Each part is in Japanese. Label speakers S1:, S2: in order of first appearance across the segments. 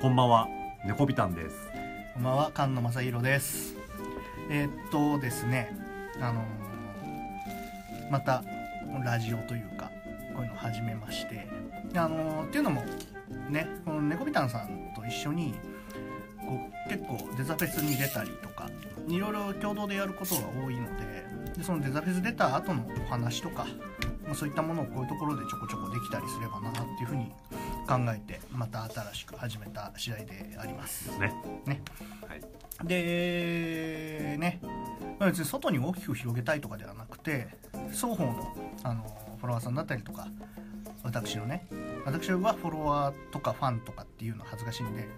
S1: こんばんは、ネコビタンです。
S2: こんばんは、菅野正弘です。えーっとですね、あのーまたラジオというか、こういうのを始めまして、あのーっていうのも、ね、この猫ビタンさんと一緒に、こう結構デザフェスに出たりとか、いろいろ共同でやることが多いので、でそのデザフェス出た後のお話とか、まあそういったものをこういうところでちょこちょこできたりすればなっていうふうに考えて、また新しく始めた次第であります。
S1: ね。
S2: ね。
S1: はい。
S2: でねまあ別に外に大きく広げたいとかではなくて双方のあのフォロワーさんだったりとか私のね私はフォロワーとかファンとかっていうのは恥ずかしいんで、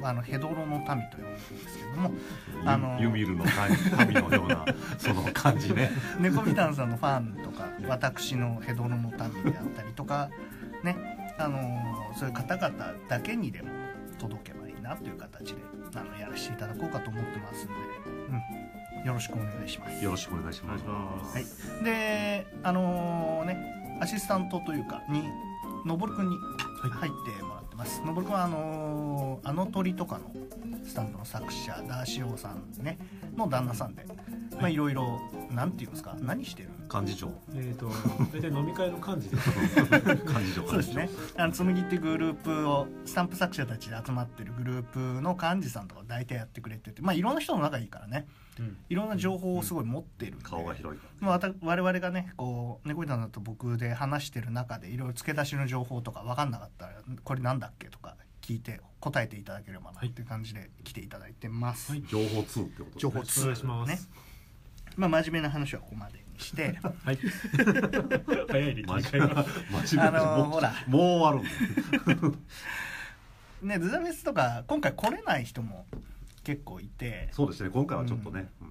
S2: まあ、あのヘドロの民と呼んでるんですけどもあの
S1: ユミルの 神のような、その感じね。
S2: 猫ビタンさんのファンとか私のヘドロの民であったりとかねあのそういう方々だけにでも届けばいいなという形であのやらせていただこうかと思ってますんで、うん、よろしくお願いします。
S1: よろしくお願いします。
S2: はい、であのねアシスタントというかにのぼるくんに入ってもらってます、のぼるくんはあのーあの鳥」とかのスタンドの作者ダーシオさんねの旦那さんでまあいろいろなんていうんですか何してる
S1: 幹事長。
S3: えっ、と、大体飲み会の幹事で
S1: 幹事長。
S2: そうですねあの紬ってグループをスタンプ作者たちで集まってるグループの幹事さんとか大体やってくれててまあいろんな人の仲いいからねいろんな情報をすごい持ってるんで
S1: 顔が広い。
S2: まあ、わた我々がねこう猫井さんだと僕で話してる中でいろいろ付け出しの情報とか分かんなかったらこれなんだっけとか聞いて答えていただければなっていう感じで来ていただいてます、
S3: はい
S1: 情報通ってことですね。
S2: 情報
S3: お願いします。
S2: ねまあ、真面目な話はここまでにして
S3: はい。早いで切
S1: マ
S3: り
S1: ジ
S3: 替えが。
S1: 真面目
S2: あのー
S1: もう
S2: ほら
S1: もう終わる
S2: ねズザメスとか今回来れない人も結構いて
S1: そうですね今回はちょっとね、うん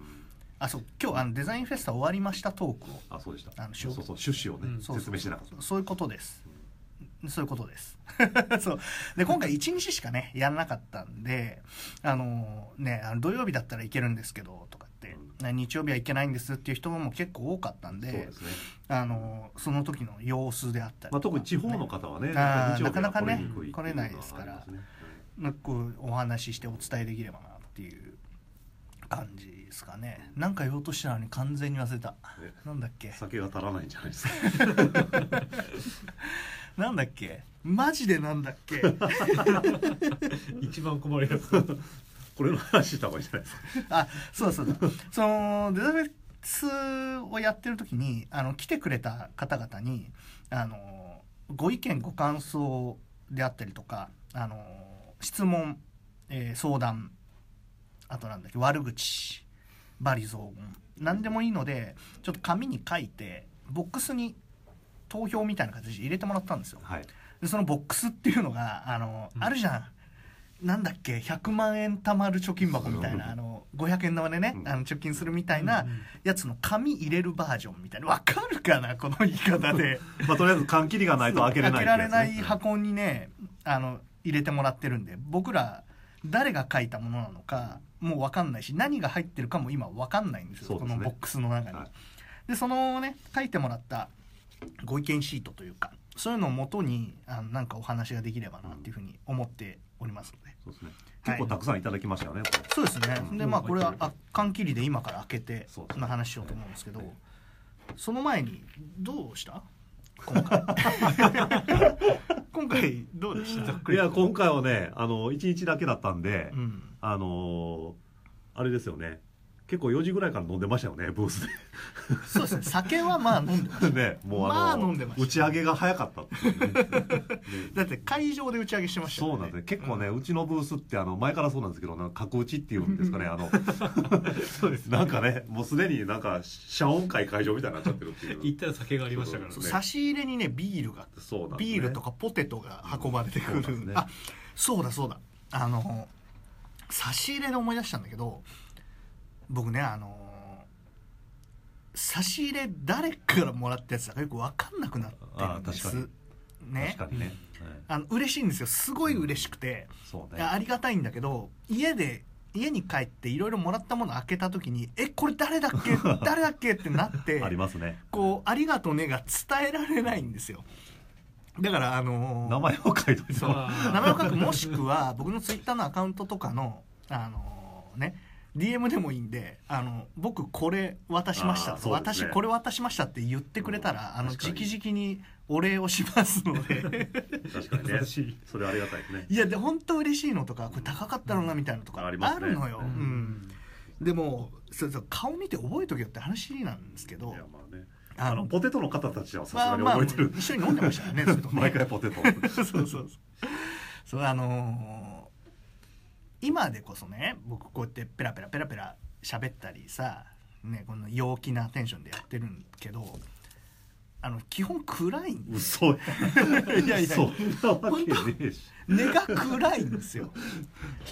S2: あそう今日あのデザインフェスタ終わりましたトークを
S1: あそうでした
S2: あのし
S1: そ
S2: ょ
S1: うそう趣旨をね、
S3: うん
S2: そう
S1: 説明してなかった
S2: そうそういうことですそういうことです そうで今回1日しかねやらなかったんであのねあの土曜日だったらいけるんですけどとかって、ね日曜日はいけないんですっていう人も結構多かったんで
S1: そうですね、
S2: あのその時の様子であったり
S1: まあ、
S2: とか
S1: 特に地方の方はね
S2: あ
S1: やっ
S2: ー
S1: ぱり日曜日は
S2: なかなかね
S1: 来れにくいってうのは
S2: 来れないですから
S1: ありますね
S2: なんかこうお話ししてお伝えできればなっていう感じですかねなんか言おうとしたのに完全に忘れた
S1: ね
S2: なんだっけ
S1: 酒が足らないんじゃないですか
S2: なんだっけマジでなんだっけ
S3: 一番困るやつ。は
S1: これの話した方がいいんじゃないですか
S2: あそうだそうだそのデザベスをやってる時にあの来てくれた方々にあのご意見ご感想であったりとかあの質問、えー相談あとなんだっけ悪口罵詈雑言何でもいいのでちょっと紙に書いてボックスに投票みたいな形で入れてもらったんですよ。
S1: はい
S2: でそのボックスっていうのがあの、
S3: うん
S2: あるじゃんなんだっけ100万円貯まる貯金箱みたい
S1: うん
S2: なあの500円玉でね、
S1: うん
S2: あの貯金するみたいなやつの紙入れるバージョンみたいなわかるかなこの言い方で
S1: まあとりあえず缶切りがないと開けれないってやつね、
S2: られない箱にねあの入れてもらってるんで僕ら誰が書いたものなのかもうわかんないし何が入ってるかも今わかんないんですよ
S1: そうですね
S2: このボックスの中に。
S1: はい
S2: でそのね書いてもらったご意見シートというかそういうのをもとにあのなんかお話ができればなっていうふうに思っておりますので、
S1: そうですね結構たくさんいただきましたよね、これ
S2: そうですね、
S1: うん
S2: でまあこれはあ缶切りで今から開けて
S1: そ
S2: そう
S1: ですね
S2: の話しようと思うんですけどその前にど うした今回今回どうでした
S1: いや今回はねあの1日だけだったんで、
S2: うん
S1: あのーあれですよね結構4時ぐらいから飲んでましたよねブースで
S2: そうですね酒はまあ飲んでました
S1: ね、もう
S2: ま
S1: あ
S2: あ
S1: の、
S2: 飲んでました
S1: 打ち上げが早かったっていう ね
S2: だって会場で打ち上げしてましたよ
S1: そ
S2: ね
S1: うなんですね結構ね、うちのブースってあの前からそうなんですけどなんか角打ちってい うんですかねあの
S3: そうです。
S1: なんかねもうすでになんか謝恩会会場みたいになっちゃってるってい
S3: 行っ
S1: う
S3: たら酒がありましたからね
S1: そう
S2: 差し入れにねビールが
S1: そうなんですね
S2: ビールとかポテトが運ばれてく
S1: そう
S2: る、
S1: なんですね
S2: あそうだそうだあの差し入れで思い出したんだけど僕ねあの差し入れ誰からもらったやつだかよく分かんなくなってるんで
S1: あー
S2: す
S1: 確
S2: ね
S1: 確かにね、はい
S2: あの嬉しいんですよすごい嬉しくて、
S1: そう
S2: いや
S1: ね
S2: ありがたいんだけど家で家に帰っていろいろもらったもの開けた時に「えこれ誰だっ け誰だっけ?」ってなって
S1: ありますね
S2: こう「ありがとうね」が伝えられないんですよ。だからあのー
S1: 名前を書いといてもらう
S3: さあ
S2: 名前を書くもしくは僕のツイッターのアカウントとかのあのね DM でもいいんであの僕これ渡しました、
S1: あーそうですね
S2: 私これ渡しましたって言ってくれたら、
S1: うん
S2: あの
S1: 確
S2: 直
S1: かに
S2: 々にお礼をしますので
S1: 確かにね
S3: 優しい
S1: それありがたいですね
S2: いやで本当嬉しいのとかこれ高かったのがみたいなのとかあ
S1: あり
S2: る
S1: ますね
S2: のよ、
S1: う
S2: うんでもそうそう顔見て覚えとけよって話なんですけど
S1: いやまあね
S2: あ
S1: あ
S2: の
S1: のポテトの方たちはさす
S2: まあ
S1: がに
S2: まあ
S1: 覚えて る、
S2: 一緒に飲んでました よねずっとね
S1: 毎回ポテト
S2: そうそうそうそうあのー今でこそね僕こうやってペラペラペラペラ喋ったりさ、ね、この陽気なテンションでやってるんけどあの基本暗いん
S1: 嘘い
S2: いやいや
S1: そんなわけねえし
S2: 根が暗いんで すよ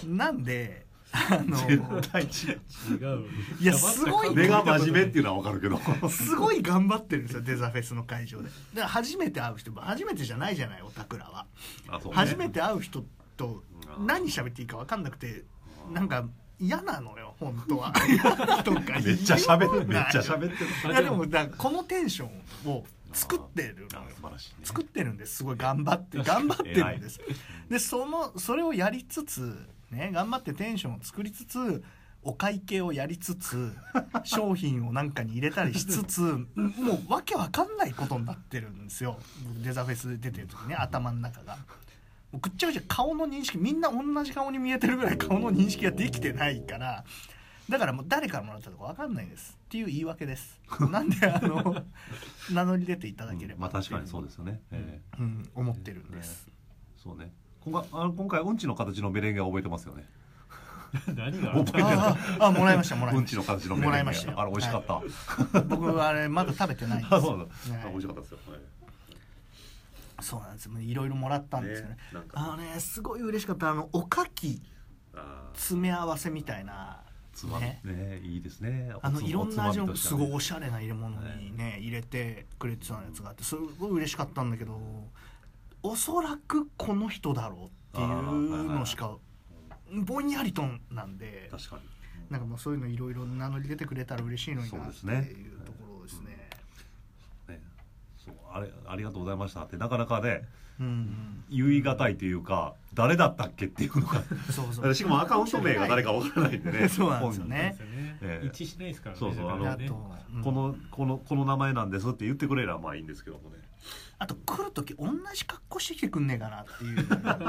S2: なんであの
S1: 絶対違う
S3: 違う
S2: いやすごい
S1: 根が真面目っていうのはわかるけ ど
S2: すごい頑張ってるんですよデザフェスの会場でで初めて会う人も初めてじゃないじゃないオタクらは、
S1: あそうね
S2: 初めて会う人と何喋っていいか分かんなくてなんか嫌なのよ本当 は嫌だとか言う
S1: めっちゃ喋るめっちゃ
S2: る
S1: 喋ってる
S2: いやでもだからこのテンションを作ってるの
S1: あ
S2: よ
S1: 素晴らしいね
S2: 作ってるんですすごい頑張って頑張ってるんですでそのそれをやりつつね頑張ってテンションを作りつつお会計をやり つつ商品をなんかに入れたりしつつもうわけわかんないことになってるんですよデザフェス出てる時ね頭の中が。もうぐっちゃぐちゃ顔の認識みんな同じ顔に見えてるぐらい顔の認識ができてないからだからもう誰からもらったとかわかんないですっていう言い訳ですなんで あの名乗り出ていただけれ
S1: うんま
S2: ば
S1: あ確かにそうですよね、ええ
S2: うん、思ってるんです。
S1: そうね今回あの今回うんちの形のメレンゲは覚えてますよね
S3: 何が
S1: 覚えてない
S2: あああもらいましたもらいうま
S1: ん
S2: し
S1: ち
S2: た
S1: の形のメレンゲ
S2: もらいましたよ
S1: あれ美味しかった、
S2: は僕あれまだ食べてないんです
S1: あ そうなんだ、あ
S2: はい
S1: 美味しかったですよ、はい
S2: そうなんですよいろいろもらったんですよね
S1: ねなんか
S2: あのねすごい嬉しかったあのおかき
S1: あー
S2: 詰め合わせみたいな
S1: つまみね
S2: ね
S1: いいですね
S2: あの
S1: おつ
S2: いろんな味
S1: おつまみ
S2: の
S1: とし
S2: す
S1: ては
S2: ご
S1: ね
S2: いおしゃれな入れ物にね入れてくれてたやつがあってすごい嬉しかったんだけどおそらくこの人だろうっていうのしかぼんやりとなんで
S1: 確かに
S2: なんかもうそういうのいろいろ名乗り出てくれたら嬉しいのにな
S1: そう
S2: っ
S1: で
S2: て
S1: すね
S2: いうところですね。
S1: ねそうあれありがとうございましたってなかなかね
S2: うんうん
S1: 言い難いというか誰だったっけっていうの
S2: そうそ
S1: が
S2: う。
S1: しかもアカウント名が誰かわからないんでね
S2: そうなんですよ
S3: そうで
S2: ね
S3: すよね
S1: ええ
S3: 一致しないですからね
S1: そうそうあの
S2: あ
S1: だ
S2: と、
S3: ね
S2: うん
S1: このこのこの名前なんですって言ってくれればまあいいんですけどもね
S2: あと来る時同じ格好してきてくんねえかなってい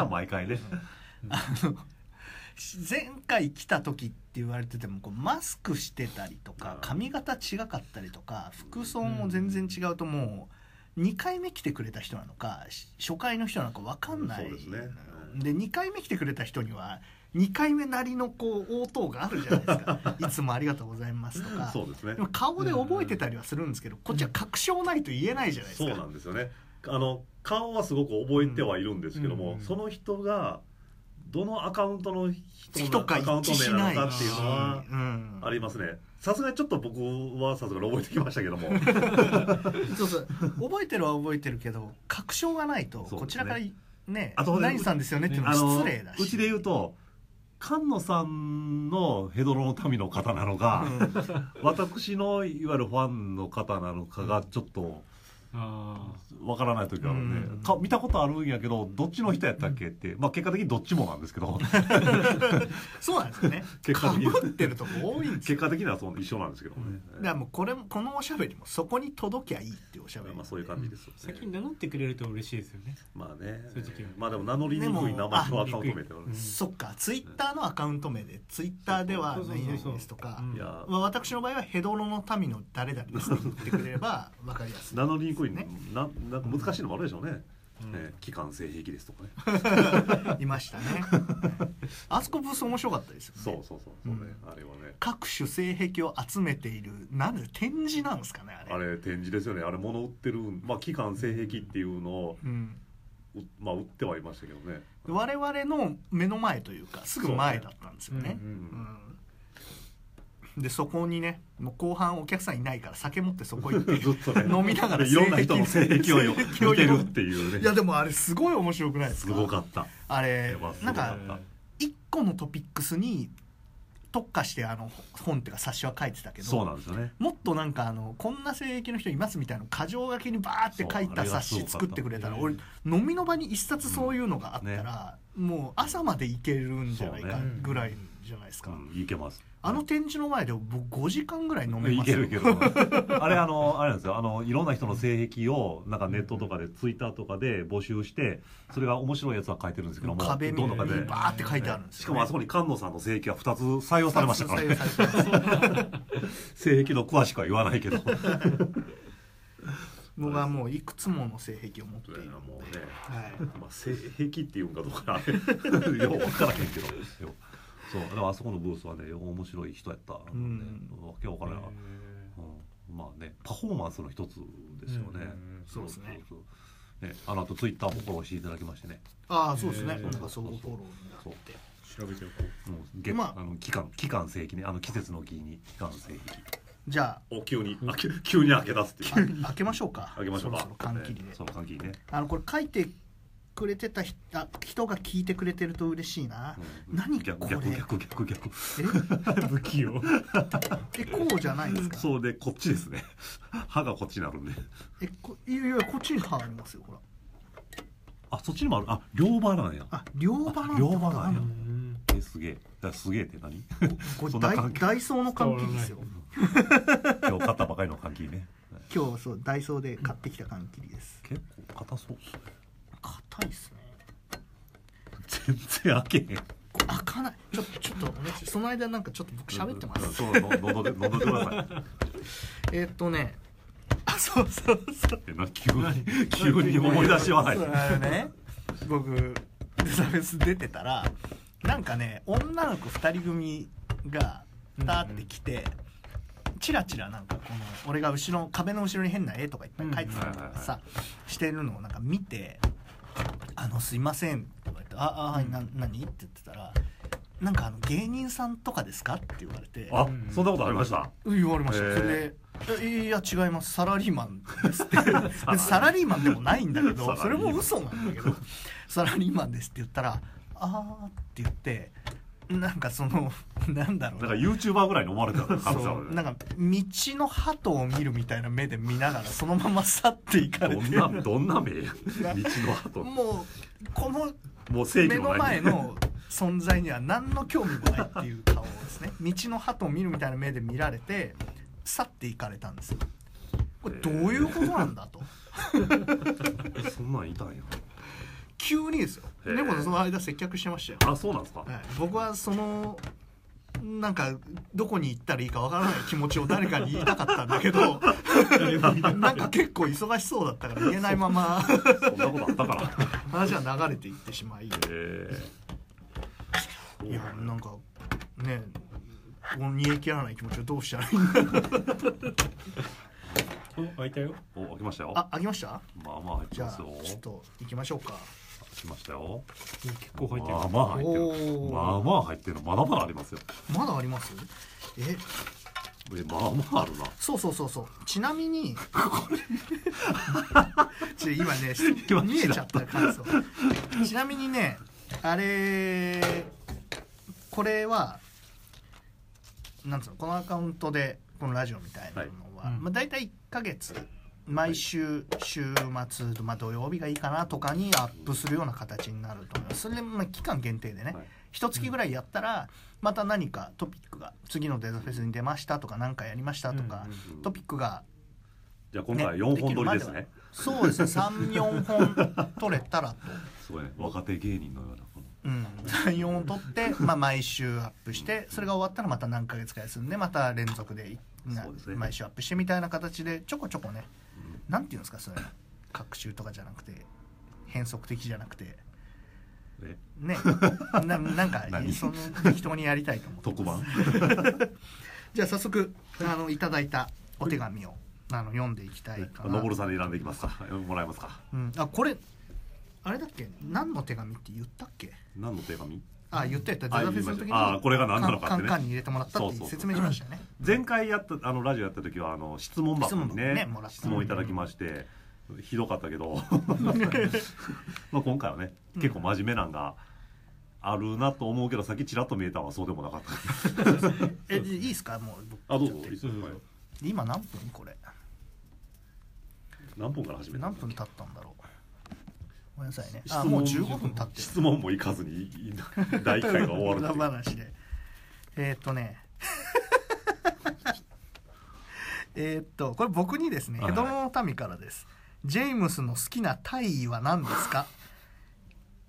S2: う。
S1: 毎回ね
S2: あの前回来た時って言われててもこうマスクしてたりとか髪型違かったりとか服装も全然違うともう2回目来てくれた人なのかし初回の人なのか分かんない
S1: そうですね
S2: で2回目来てくれた人には2回目なりのこう応答があるじゃないです か「いつもありがとうございます」とか
S1: そうですね
S2: でも顔で覚えてたりはするんですけどこっちは確証ないと言えないじゃないです
S1: そう
S2: か。
S1: なんですよねあの顔はすごく覚えてはいるんですけども、
S3: うん
S1: その人がどのアカウントの人
S2: 人
S1: の
S2: か
S1: ア
S2: 一
S1: カウント
S2: 致し
S1: 名
S2: な
S1: ないのかっていうのは
S2: しうん
S1: ありますねさすがにちょっと僕はさすがに覚えてきましたけど も
S2: そうそう覚えてるは覚えてるけど確証がない
S1: そう
S2: と
S1: ですね
S2: こちらからね
S1: あと
S2: 何さんですよねっていうの
S1: あ
S2: は
S1: の
S2: 失礼だし
S1: うちで言うと菅野さんのヘドロの民の方なのか、私のいわゆるファンの方なのかがちょっと
S3: あ
S1: わからない時があるんで、
S2: うん
S1: か見たことあるんやけどどっちの人やったっけって、まあ、結果的にどっちもなんですけ ど
S2: そうなんですよね
S1: 結
S2: か
S1: 果的に
S2: ぶってるとこ多いんです
S1: 結
S2: よ
S1: 果的にはそう一緒なんですけどね、
S2: だからもうこれもこのおしゃべりもそこに届きゃいいっていうおしゃべり
S1: まあ、そういう感じですよね
S3: ー先に名乗ってくれると嬉しいですよね
S1: まあね
S3: そういう時は
S1: まあでも名乗りにくい名前のアカウント名ってある
S3: うん
S2: そっかツイッターのアカウント名でツイッターでは
S3: そうそうそう
S2: 何
S3: そう
S2: 々ですとか
S3: うん
S1: いや
S2: まあ私の場合はヘドロの民の誰々ですって言ってくれれば分かりやすい
S1: 名乗りにくい
S2: ね
S1: ねななんか難しいのもあるでしょうね、
S3: うん
S1: えー、機関性癖ですとかね
S2: い ましたねあそこブース面白かったですよね
S1: そうそうそうそうね、あれはね
S2: 各種性癖を集めているなんで展示なんですかねあれ
S1: あれ展示ですよねあれ物売ってるまあ機関性癖っていうのを
S2: うん、
S1: うまあ売ってはいましたけどね
S2: 我々の目の前というかすぐ前だったんですよね
S3: うん
S2: うんでそこにねもう後半お客さんいないから酒持ってそこ 行って
S1: ずっとね
S2: 飲みながら
S1: いろんな人の性癖をよ
S2: 性癖を
S1: 見てるっていう
S2: い
S1: ね
S2: やでもあれすごい面白くないです
S1: す
S2: か
S1: ごかった
S2: あれ
S1: やばす
S2: な
S1: ご
S2: ん
S1: か
S2: か
S1: った
S2: 一個のトピックスに特化してあの本っていうか冊子は書いてたけど
S1: そうなんですよね
S2: もっとなんかあのこんな性癖の人いますみたいなの過剰書きにバーって書い
S1: そうあ
S2: た冊
S1: れがすごかっ
S2: 子
S1: た
S2: 作ってくれたら
S3: うん
S2: 俺飲みの場に一冊そういうのがあったら、もう朝までいけるんじゃないか
S1: そう
S3: ね
S2: ぐらいじゃないですか、
S1: うん、いけます
S2: あの展示の前で僕5時間ぐらい飲め
S1: い
S2: ます
S1: け
S2: よ
S1: るけどあれあのあれなんですよあのいろんな人の性癖をなんかネットとかでツイッターとかで募集してそれが面白いやつは書いてるんですけども
S2: 壁みた
S1: ど
S2: い
S1: んど
S2: に
S1: ん
S2: バ
S1: 壁で
S2: ーって書いてあるんです
S1: し
S2: よ
S1: か
S2: ね、
S1: もあそこに菅野さんの性癖は2つ採用さ れましたからね
S2: 採用されて ます
S1: 性癖の詳しくは言わないけどい
S2: 僕はもういくつもの性癖を持ってい
S1: や
S2: るの
S1: もう
S2: で、
S1: ね
S2: はい、
S1: まあ、性癖っていうんかどうかあれよう分からへんけどよそうでもあそこのブースはね面白い人やったので、
S2: うん
S1: わけわからなかったうんまあねパフォーマンスの一つですよね、
S3: うんうんうん
S2: そうですね
S1: そうそうねあのあとツイッターもフォローしていただきましてね、
S2: ああそうですね、
S3: えー
S2: なんか相互フォローになって
S1: そう
S3: 調べておこ
S1: もう月、
S2: まあ
S1: あ、の期間期間正規ねあの季節の期に期間正規
S2: じゃ
S1: お急にあき急に開け出すってい
S2: ああ開けましょうか
S1: 開けましょうか
S2: そろそろ換気で、
S1: ねその換気ね、
S2: あのこれ書いてくれてた人あ人が聞いてくれてると嬉しいな、
S1: うん
S2: 何
S1: 逆
S2: これ
S1: 逆逆逆逆
S3: う。不器用。
S2: ええこうじゃないですか
S1: そうでこっちですね歯がこっちになるんで
S2: えこいやいやこっちに歯ありますよほら
S1: あそっちにもあるあ両歯なんや
S2: あ両歯なんだ
S1: 両歯なんや
S3: うん
S1: えすげえだすげえって何
S2: これ
S1: そんな
S2: ダイ
S1: 関係
S2: ダイソーの換気ですよ
S1: 今日買ったばかりの換気ねはい
S2: 今日そうダイソーで買ってきた缶切りです
S1: 結構硬そうっすね
S2: 硬いっすね
S1: 全然開けへん
S2: これ開かないちょちょっとお願いしその間なんかちょっと僕喋ってます
S1: そうの喉で喉でください
S2: えーっとねあそうそうそう
S1: えな急に急に思い出しはない
S2: そうあのね僕デザフェス出てたらなんかね女の子2人組がたーって来て、チラチラなんかこの俺が後ろ壁の後ろに変な絵とかいっぱい描いてたりとかさ、してるのをなんか見て「あのすいません」とか言って「ああはいな何?」って言ってたら「なんかあの芸人さんとかですか?」って言われて
S1: あそんなことありました
S2: 言われました、
S1: へえ
S2: それでえ「いや違いますサラリーマンです」 ってでサラリーマンでもないんだけどそ
S1: サラ
S2: れ
S1: リーマン
S2: も嘘なんだけど「サラリーマンです」って言ったら「あー」って言ってなんかそのなんだろう
S1: なんか YouTuber ぐらいに思われてた可能性あ
S2: そ
S1: る
S2: うなんか道の鳩を見るみたいな目で見ながらそのまま去っていかれ
S1: どん
S2: て
S1: などんな目や道の後
S2: もうこの
S1: もう正義
S2: 目の
S1: の
S2: 前
S1: ない
S2: の存在には何の興味もないっていう顔をです ね道の鳩を見るみたいな目で見られて去っていかれたんですよこれどういうことなんだ と
S1: そんなんいたんや
S2: 急にですよ
S1: へえ
S2: 猫さんその間接客してましたよ、
S1: あそうなんですか
S2: はい、僕はそのなんかどこに行ったらいいかわからない気持ちを誰かに言いたかったんだ けどなんか結構忙しそうだったから言えないま ま
S1: そんなことあったから
S2: 話は流れていってしまい
S1: え
S2: いやなんかねこの煮え切らない気持ちをどうしたらいいんだろう
S3: お、開いたよ。
S1: お開きましたよ
S2: あ開きました
S1: まあまあ入って
S2: じゃ
S1: ます
S2: あ
S1: よ
S2: ちょっと行きましょうか
S1: 開きましたよ
S3: 結構入って
S1: まあ
S3: る。
S1: まあ入ってる
S2: おー
S1: まあまあ入ってるまだまだありますよ
S2: まだありますえ
S1: えまあまああるな
S2: そうそうそうそうちなみ にちょ今ね
S1: 今
S2: 見えちゃった感想ちなみにねあれこれはなんつうのこのアカウントでこのラジオみたいなのは、
S3: はいうん
S2: まあ、大体1ヶ月毎週週末、まあ、土曜日がいいかなとかにアップするような形になると思いますそれで、まあ、期間限定でね、
S1: はい
S2: 一月ぐらいやったらまた何かトピックが次のデザフェスに出ましたとか何かやりましたとか、
S3: うんうん
S1: うん
S2: トピックが
S1: じゃあ今回4本撮りです
S2: できるまでは
S1: ね
S2: そうですね34本取れたらと、
S1: すごいね若手芸人のようなこの
S2: うん、34本取 って、まあ、毎週アップしてそれが終わったらまた何ヶ月か休んでまた連続でいな
S1: そうですね
S2: 毎週アップしてみたいな形でちょこちょこねなんていうんですかそれ隔週とかじゃなくて変則的じゃなくて
S1: え
S2: ねななんか
S1: 何
S2: その適当にやりたいと思ってます
S1: 特番
S2: じゃあ早速あのいただいたお手紙をあの読んでいきたい かな。
S1: のぼるさんで選んでいきますかもらえますか
S2: うん、あこれあれだっけ何の手紙って言ったっけ
S1: 何の手紙
S2: あ言った言った
S1: あ
S2: デザフェスの時に
S1: 言いましたあこれが何なのかってね
S2: カンカンに入れてもらったっ
S1: そ
S2: て
S1: うそう
S2: 説明しましたよね
S1: 前回やったあのラジオやった時はあの質問箱にね
S2: 質問箱ねもらった
S1: 質問いただきまして、ひ どかったけどまあ今回はね結構真面目なんが、あるなと思うけどさっきちらっと見えたわそうでもなかった
S2: えいいですかもう僕
S1: あどうぞ
S2: ちょっと
S1: いいっすよはい
S2: 今何分これ
S1: 何分から始めた
S2: 何分経ったんだろうごめんなさいね
S1: 質問
S2: あもう15分経ってる
S1: 質問もいかずにいい第1回が終わるって
S2: 裏
S1: いう
S2: 話でえーっとね えーっとこれ僕にですね
S1: はい
S2: ヘドロの民からです、ジェームスの好きな大意は何ですか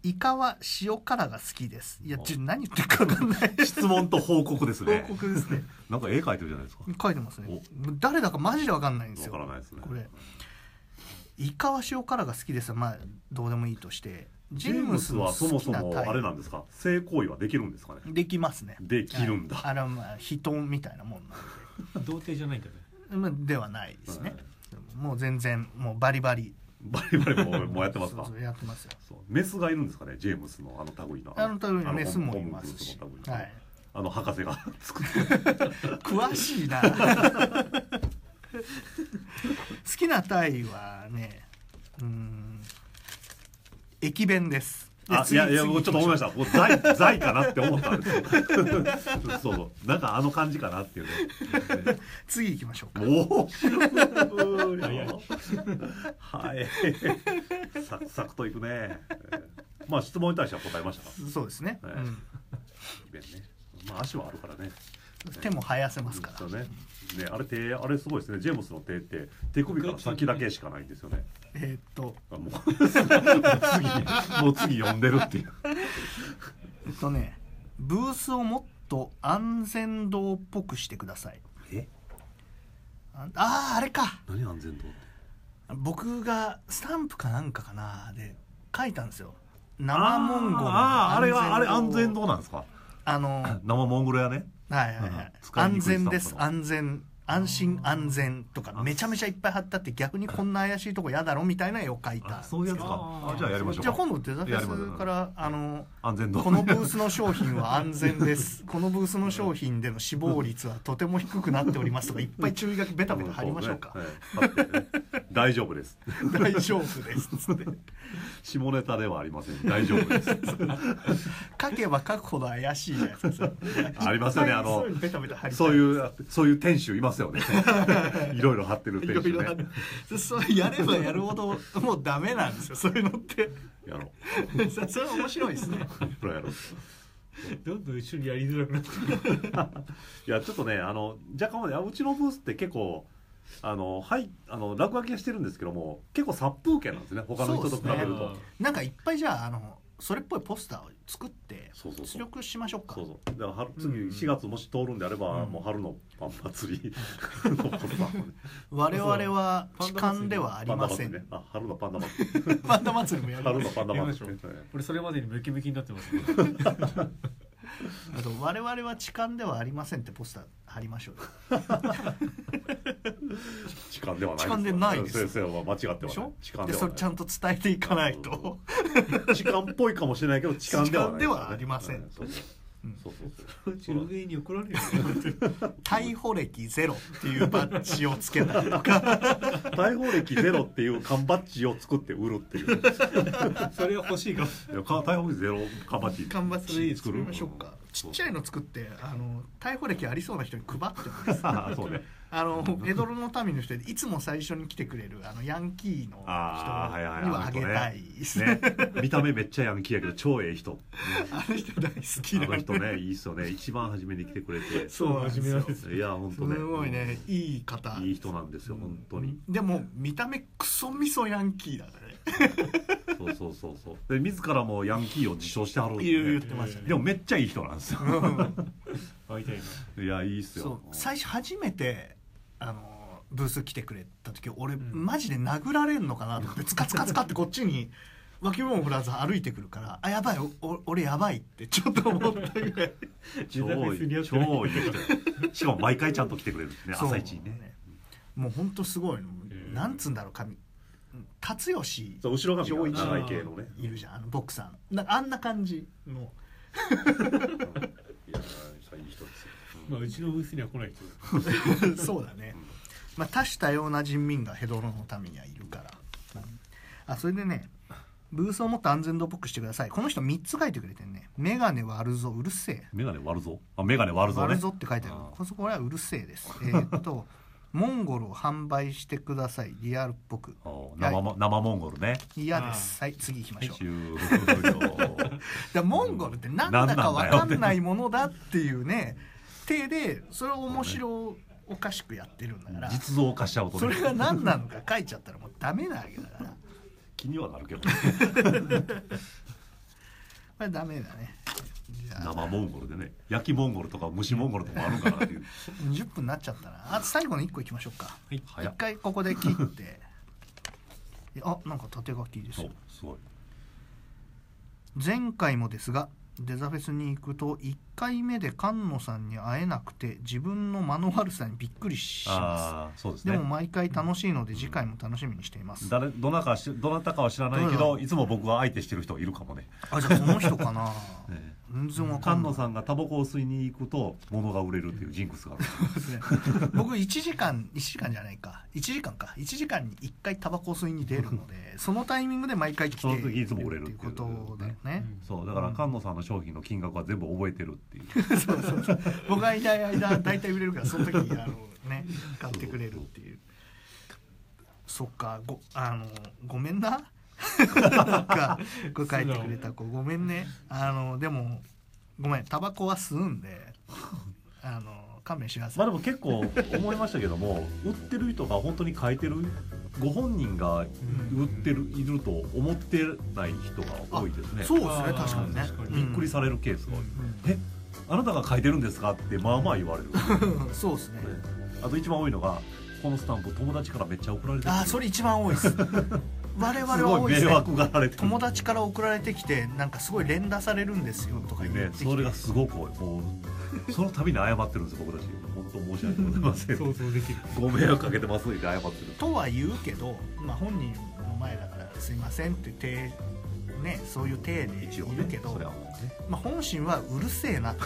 S2: イカは塩辛が好きですいやちょ何言ってるか分かんない
S1: 質問と報告ですね
S2: 報告ですね
S1: なんか絵描いてるじゃないですか
S2: 書いてますね誰だかマジで分かんないんですよ
S1: わからないですね
S2: これイカは塩辛が好きですまあどうでもいいとして
S1: ジェームスはそもそもあれ
S2: な
S1: なんですか性行為はできるんですかね
S2: できますね
S1: できるんだ、
S2: はいあれはまあ人みたいなもんなん
S3: 童貞じゃないんだね
S2: で、まあ、ではないですね
S1: はい、
S2: もう全然もうバリバリ
S1: バリバリもうもうやってますか
S2: そうそうやってますよ
S1: そうメスがいるんですかねジェームスのあの類の
S2: あのためにメスも
S1: ホ
S2: い
S1: ーム
S2: ますし
S1: ホームグルー、プの類のあの
S2: はい、
S1: 博士が作って
S2: 詳し いな好きなタイはねうーん駅弁です
S1: あいやいや
S2: 次
S1: もうちょっと思いましたもう財財かなって思ったんですよ そうそうなんかあの感じかなっていうね
S2: 次行きましょうか
S1: おおはいサクサクといくねまあ質問に対しては答えましたか
S2: そうですね、
S1: はい
S2: うん
S1: らねまあ足はあるからね
S2: 手も生やせますか
S1: そ
S2: ら
S1: うねねあれ手あれすごいですねジェームスの手って手首から先だけしかないんですよね
S2: えーっと
S1: あもう 次もう次呼んでるっていう
S2: えっとねブースをもっと安全道っぽくしてください
S1: え
S2: ああーあれか
S1: 何安全道って
S2: 僕がスタンプかなんかかなで書いたんですよ生モンゴルの
S1: あーあれはあれ安全
S2: 道
S1: 道なんですか
S2: あのはい
S1: 生モンゴルやね
S2: はいはい
S1: 使いに
S2: 安
S1: くい
S2: 全です
S1: スタ
S2: 安全安心安全とかめちゃめちゃいっぱい貼ったって逆にこんな怪しいとこ嫌だろみたいな絵を書いたん
S1: あ
S2: です
S1: そういうやつか
S3: あー
S1: あじゃあやりましょう
S2: じゃあ今度デザフ
S1: や
S2: ェ
S1: りましょ
S2: ス
S1: う
S2: からあの
S1: 安全道
S2: このブースの商品は安 全です。このブースの商品での死亡率はとても低くなっておりますとか、いっぱい注意書きベタベタ貼りましょうか。
S1: そねはい貼ってね大丈夫 です。
S2: 大丈夫です。つって。
S1: 下ネタではありません。大丈夫です。
S2: 書けば書くほど怪しいじゃないですか。
S1: ありますよね。あの
S2: そういうベタベタ貼りた
S1: そういうそういう店主いますよ ね。いろいろ貼ってる
S2: いろ
S1: 店主
S2: いろ
S1: ね
S2: あっ。てそれやればやるほどもうダメなんですよそういうのって
S1: やろ
S2: そそれ面白いですね
S1: う。やろうやろう。
S3: どんどん一緒にやりづらくなってくる
S1: いやちょっとねあの若干まであうちのブースって結構あのはいあの落書きはしてるんですけども結構殺風景なんですね他の人と比べる
S2: そうです
S1: と。
S2: なんかいっぱいじゃああのそれっぽいポスターを作って
S1: そうそう
S2: 出
S1: そう。
S2: 力しましょうか
S1: そうそうだから春次
S3: うん
S1: 4月もし通るんであれば、
S2: うん
S1: もう春のパン祭りのポスターもね
S2: 我々は痴漢で はありません
S1: パンダ祭りねあ春のパンダ祭り
S2: パンダ祭りもやりま
S1: 春
S2: す
S1: のパンダ祭りね
S3: 俺それまでにムキムキになってますね
S2: あと我々は痴漢ではありませんってポスター貼りましょうよ
S1: 痴漢ではない
S2: 痴漢でないです
S1: 先生は間違って
S2: で
S1: は
S2: し
S1: ない
S2: ょ
S1: 痴漢
S2: で
S1: で
S2: そ
S1: は
S2: れち
S1: な
S2: ゃんと伝えていかない
S1: なるほ
S2: と
S1: どい痴漢っぽいかもしれないけど痴漢ではない
S2: 痴漢ではありません
S1: うそうそうそうそう
S3: うちの上に怒られるよ
S2: 逮捕歴ゼロっていうバッジをつ けたりとか
S1: 逮捕歴ゼロっていう缶バッジを作って売るっていうい や
S3: それは欲しいかも
S1: か逮捕歴ゼロ缶バッジ
S2: 看板
S1: 作る
S2: 作りましょうかちっちゃいの作ってあの逮捕歴ありそうな人に配っても らう
S1: ああそうね
S2: あのエドロの民の人でいつも最初に来てくれるあのヤンキーの人に
S1: あーはいはい
S2: はあげたいですね
S1: ね見た目めっちゃヤンキーやけど超ええ 人
S2: あの人大好
S1: あ
S2: きな
S1: の人ねいいっすよね一番初めに来てくれて
S2: そうなんですよ
S1: いや本
S2: す
S1: 当ね
S2: ごいねいい方
S1: いい人なんですよ本当に
S2: でも見た目クソみそヤンキーだからね
S1: そうそうそうそうで自らもヤンキーを自称してはるんで
S2: 言う言ってましたね
S1: でもめっちゃいい人なんですよ
S3: 会いたいない
S1: やいいっす
S2: そう
S1: よ
S2: 最初初めてあのブース来てくれた時俺、
S3: ん
S2: マジで殴られんのかなと思 ってつかつかつかってこっちに脇目も振らず歩いてくるからあやばいおお俺やばいってちょっと 思ったぐらい
S1: 超い
S3: デ
S1: い
S3: ザフェスに合
S1: 超いい人しかも毎回ちゃんと来てくれるんですね
S2: そう
S1: 朝一にね
S2: もうほんとすごいの、
S3: うん
S2: なんつうんだろう髪辰吉
S1: そう後ろ
S2: 上
S1: 髪
S2: 一
S1: が長い系のね
S2: いるじゃんあのボクさんなんかあんな感じの
S1: いやいい人ですよ
S3: まあうちのブースには来ない 人
S2: そうだね、まあ、多種多様な人民がヘドロの民にはいるから、あそれでねブースをもっと安全度っぽくしてくださいこの人3つ書いてくれてんねメガネ割るぞうるせえ
S1: メガネ割るぞあメガネ割るぞね
S2: 割るぞって書いてある
S1: あー
S2: こそこはうるせえですえーっと モンゴルを販売してくださいリアルっぽく
S1: お生も生モンゴルね
S2: 嫌ですはい次行きましょう
S1: 終了
S2: だからモンゴルってなんだかわかんないものだっていうね手でそれを面白おかしくやってるんだから
S1: 実像化しちゃうと
S2: そ
S1: ね
S2: れが何なのか書いちゃったらもうダメなわけだからこ
S1: 気にはなるけ どね
S2: れダメだねじゃあ
S1: 生モンゴルでね焼きモンゴルとか蒸しモンゴルとかあるんかなっていう
S2: 10分になっちゃったなあ最後の1個いきましょうか
S3: はい
S1: 早
S2: 一
S1: っ
S2: 回ここで切ってあなんか縦書きです
S1: そ
S2: よ
S1: うすごい
S2: 前回もですがデザフェスに行くと1回目で菅野さんに会えなくて自分の間の悪さにびっくりしま
S1: ああーそうですす
S2: で
S1: ね
S2: も毎回楽しいので次回も楽しみにしています、
S1: 誰どなたかしどなたかは知らないけ
S2: ど
S1: ど
S2: う
S1: いつも僕が相手してる人いるかもね
S2: あじゃあこの人かな
S1: ね
S2: 全然わか
S1: 菅
S2: んない
S1: 野さんがタバコを吸いに行くと物が売れるっていうジンクスがある
S2: ですね 僕1時間1時間じゃないか1時間か1時間に1回タバコを吸いに出るのでそのタイミングで毎回来て
S1: その時いつも売れる
S2: っていうこと
S1: って
S2: だ
S1: いう
S2: よ
S1: ね
S2: ね、
S1: そうだから菅野さんの商品の金額は全部覚えてるっていう
S2: そうそうそう僕がいない間大体売れるからその時にあのね買ってくれるっていうそっかごあのごめん ななんかこれ書いてくれた子ごめんねあのでもごめんタバコは吸うんであの勘弁してくだ さ
S1: まあ
S2: い
S1: でも結構思いましたけども売ってる人が本当に書いてるご本人が売ってるいると思ってない人が多いですね
S2: そううですね確かにね
S3: 確かに
S1: びっくりされるケースが多い、えあなたが書いてるんですかってまあまあ言われ る
S2: うんそうですね
S1: あと一番多いのがこのスタンプ友達からめっちゃ送られてくる
S2: あーそれ一番多 いです我々
S1: す
S2: は多
S1: ご
S2: い
S1: い
S2: です
S1: 迷
S2: ね
S1: 惑がられてる
S2: 友達から送られてきてなんかすごい連打されるんですよとか言
S1: ね
S2: っ、てきて
S1: それがすごく多いもうその度に謝ってるんです僕たち本当申し訳ございません
S3: 想像できる
S1: ご迷惑かけてますって謝ってる
S2: とは言うけど、まあ、本人の前だから「すいません」って手、ね、そういう体で
S1: 一応
S2: 言
S1: ね
S2: うけど、
S1: それはもうね
S2: まあ、本心はうるせえなって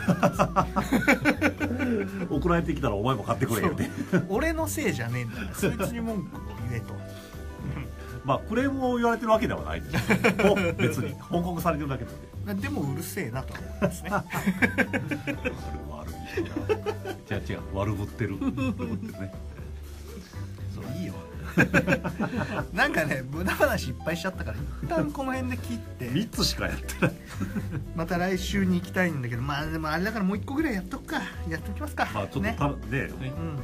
S1: 送られてきたらお前も買ってくれよって
S2: 俺のせいじゃねえんだからそいつに文句を言えと
S1: まあクレームを言われてるわけではないんですけど別に報告されてるだけなんで
S2: まあでもうるせえなとは思いますね
S1: 悪い人だ違う違う悪ぶってるぶってるね
S2: そういいよなんかね無駄話いっぱいしちゃったから一旦この辺で切って
S1: 3つしかやってない
S2: また来週に行きたいんだけどまあでもあれだからもう一個ぐらいやっとくかやっときますか、
S1: まあちょっと
S2: ね
S1: たね
S3: はいう
S2: うん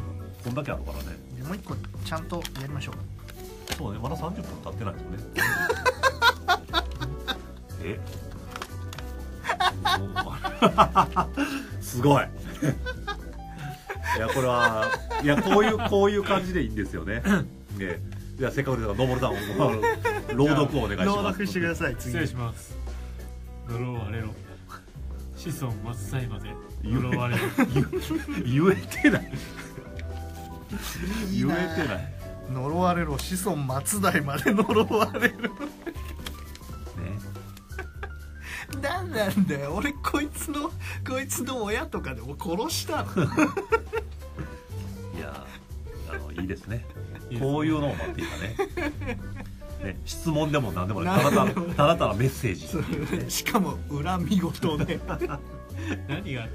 S1: こんだけあるからね
S2: でもう一個ちゃんとやりましょう
S1: そうねまだ30分経ってないですよね え おすごい いやこれはいやこういうこういう感じでいいんですよねねじゃあせっかくですから登さんお朗読をお願いします
S2: 朗読してください次
S3: 失礼します呪われろ子孫末裔まで呪われろ
S1: 言えてない
S2: いい
S1: 言え
S2: な
S1: てないね
S2: 呪われろ子孫松代まで呪われる何なんだよ俺こいつのこいつの親とかでも殺し たの
S1: いやあのいいですね
S3: いいですね
S1: こういうのを待っていたねね質問でも何でもないただただただただメッセージ
S2: それしかも恨み 事で
S3: 何があったんだろ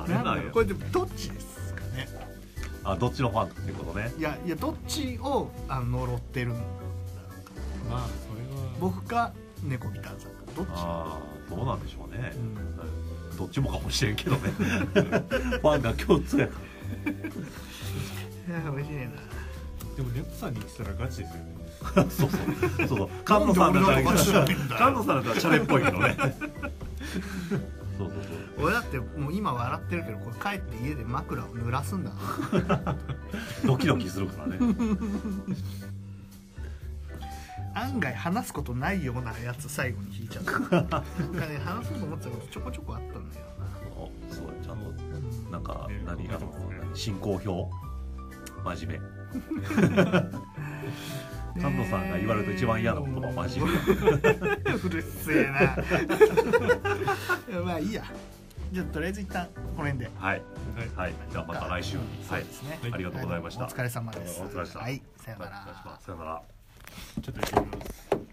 S1: 誰
S2: なん
S1: なん
S2: だろう
S1: よ
S2: これでもどっちですかね
S1: あどっちのファンってことね
S2: いやいやどっちをあの呪ってるんだろうか
S3: うまあそれは
S2: 僕か猫みたいさんかどっち
S1: ああどうなんでしょうね
S2: う、ん
S1: どっちもかもしれんけどねファンが共通やか
S2: いや美味しいな
S3: でも猫さんに来たらガチですよ ね
S1: らそうそうそうそう菅野さんだったら
S2: なんで俺の話なんだ
S1: 菅
S2: よ
S1: 野さんだったらチャレっぽいけどねそうそうそう
S2: 俺だってもう今笑ってるけどこれ帰って家で枕を濡らすんだな
S1: ドキドキするからね
S2: 案外話すことないようなやつ最後に引いちゃったなんかね話そうと思ってたことちょこちょこあったんだよ
S1: おすごいちゃんと
S2: な
S1: なんか
S3: ね
S1: 何が
S3: こんなとこね
S1: 進行表真面目菅野さんが言われると一番嫌な言葉は真面目
S2: 目うるせえなまあいいやじゃあとりあえず一旦この辺で
S1: はい
S3: は
S1: は
S3: い
S1: いじゃあまた来週
S2: そ
S1: は
S2: う
S1: い
S2: ですね、
S1: ありがとうございました
S2: お疲れ様です
S1: お疲れ様でした
S2: はいさよなら、
S1: お願いしますさよなら
S3: ちょっと行ってみます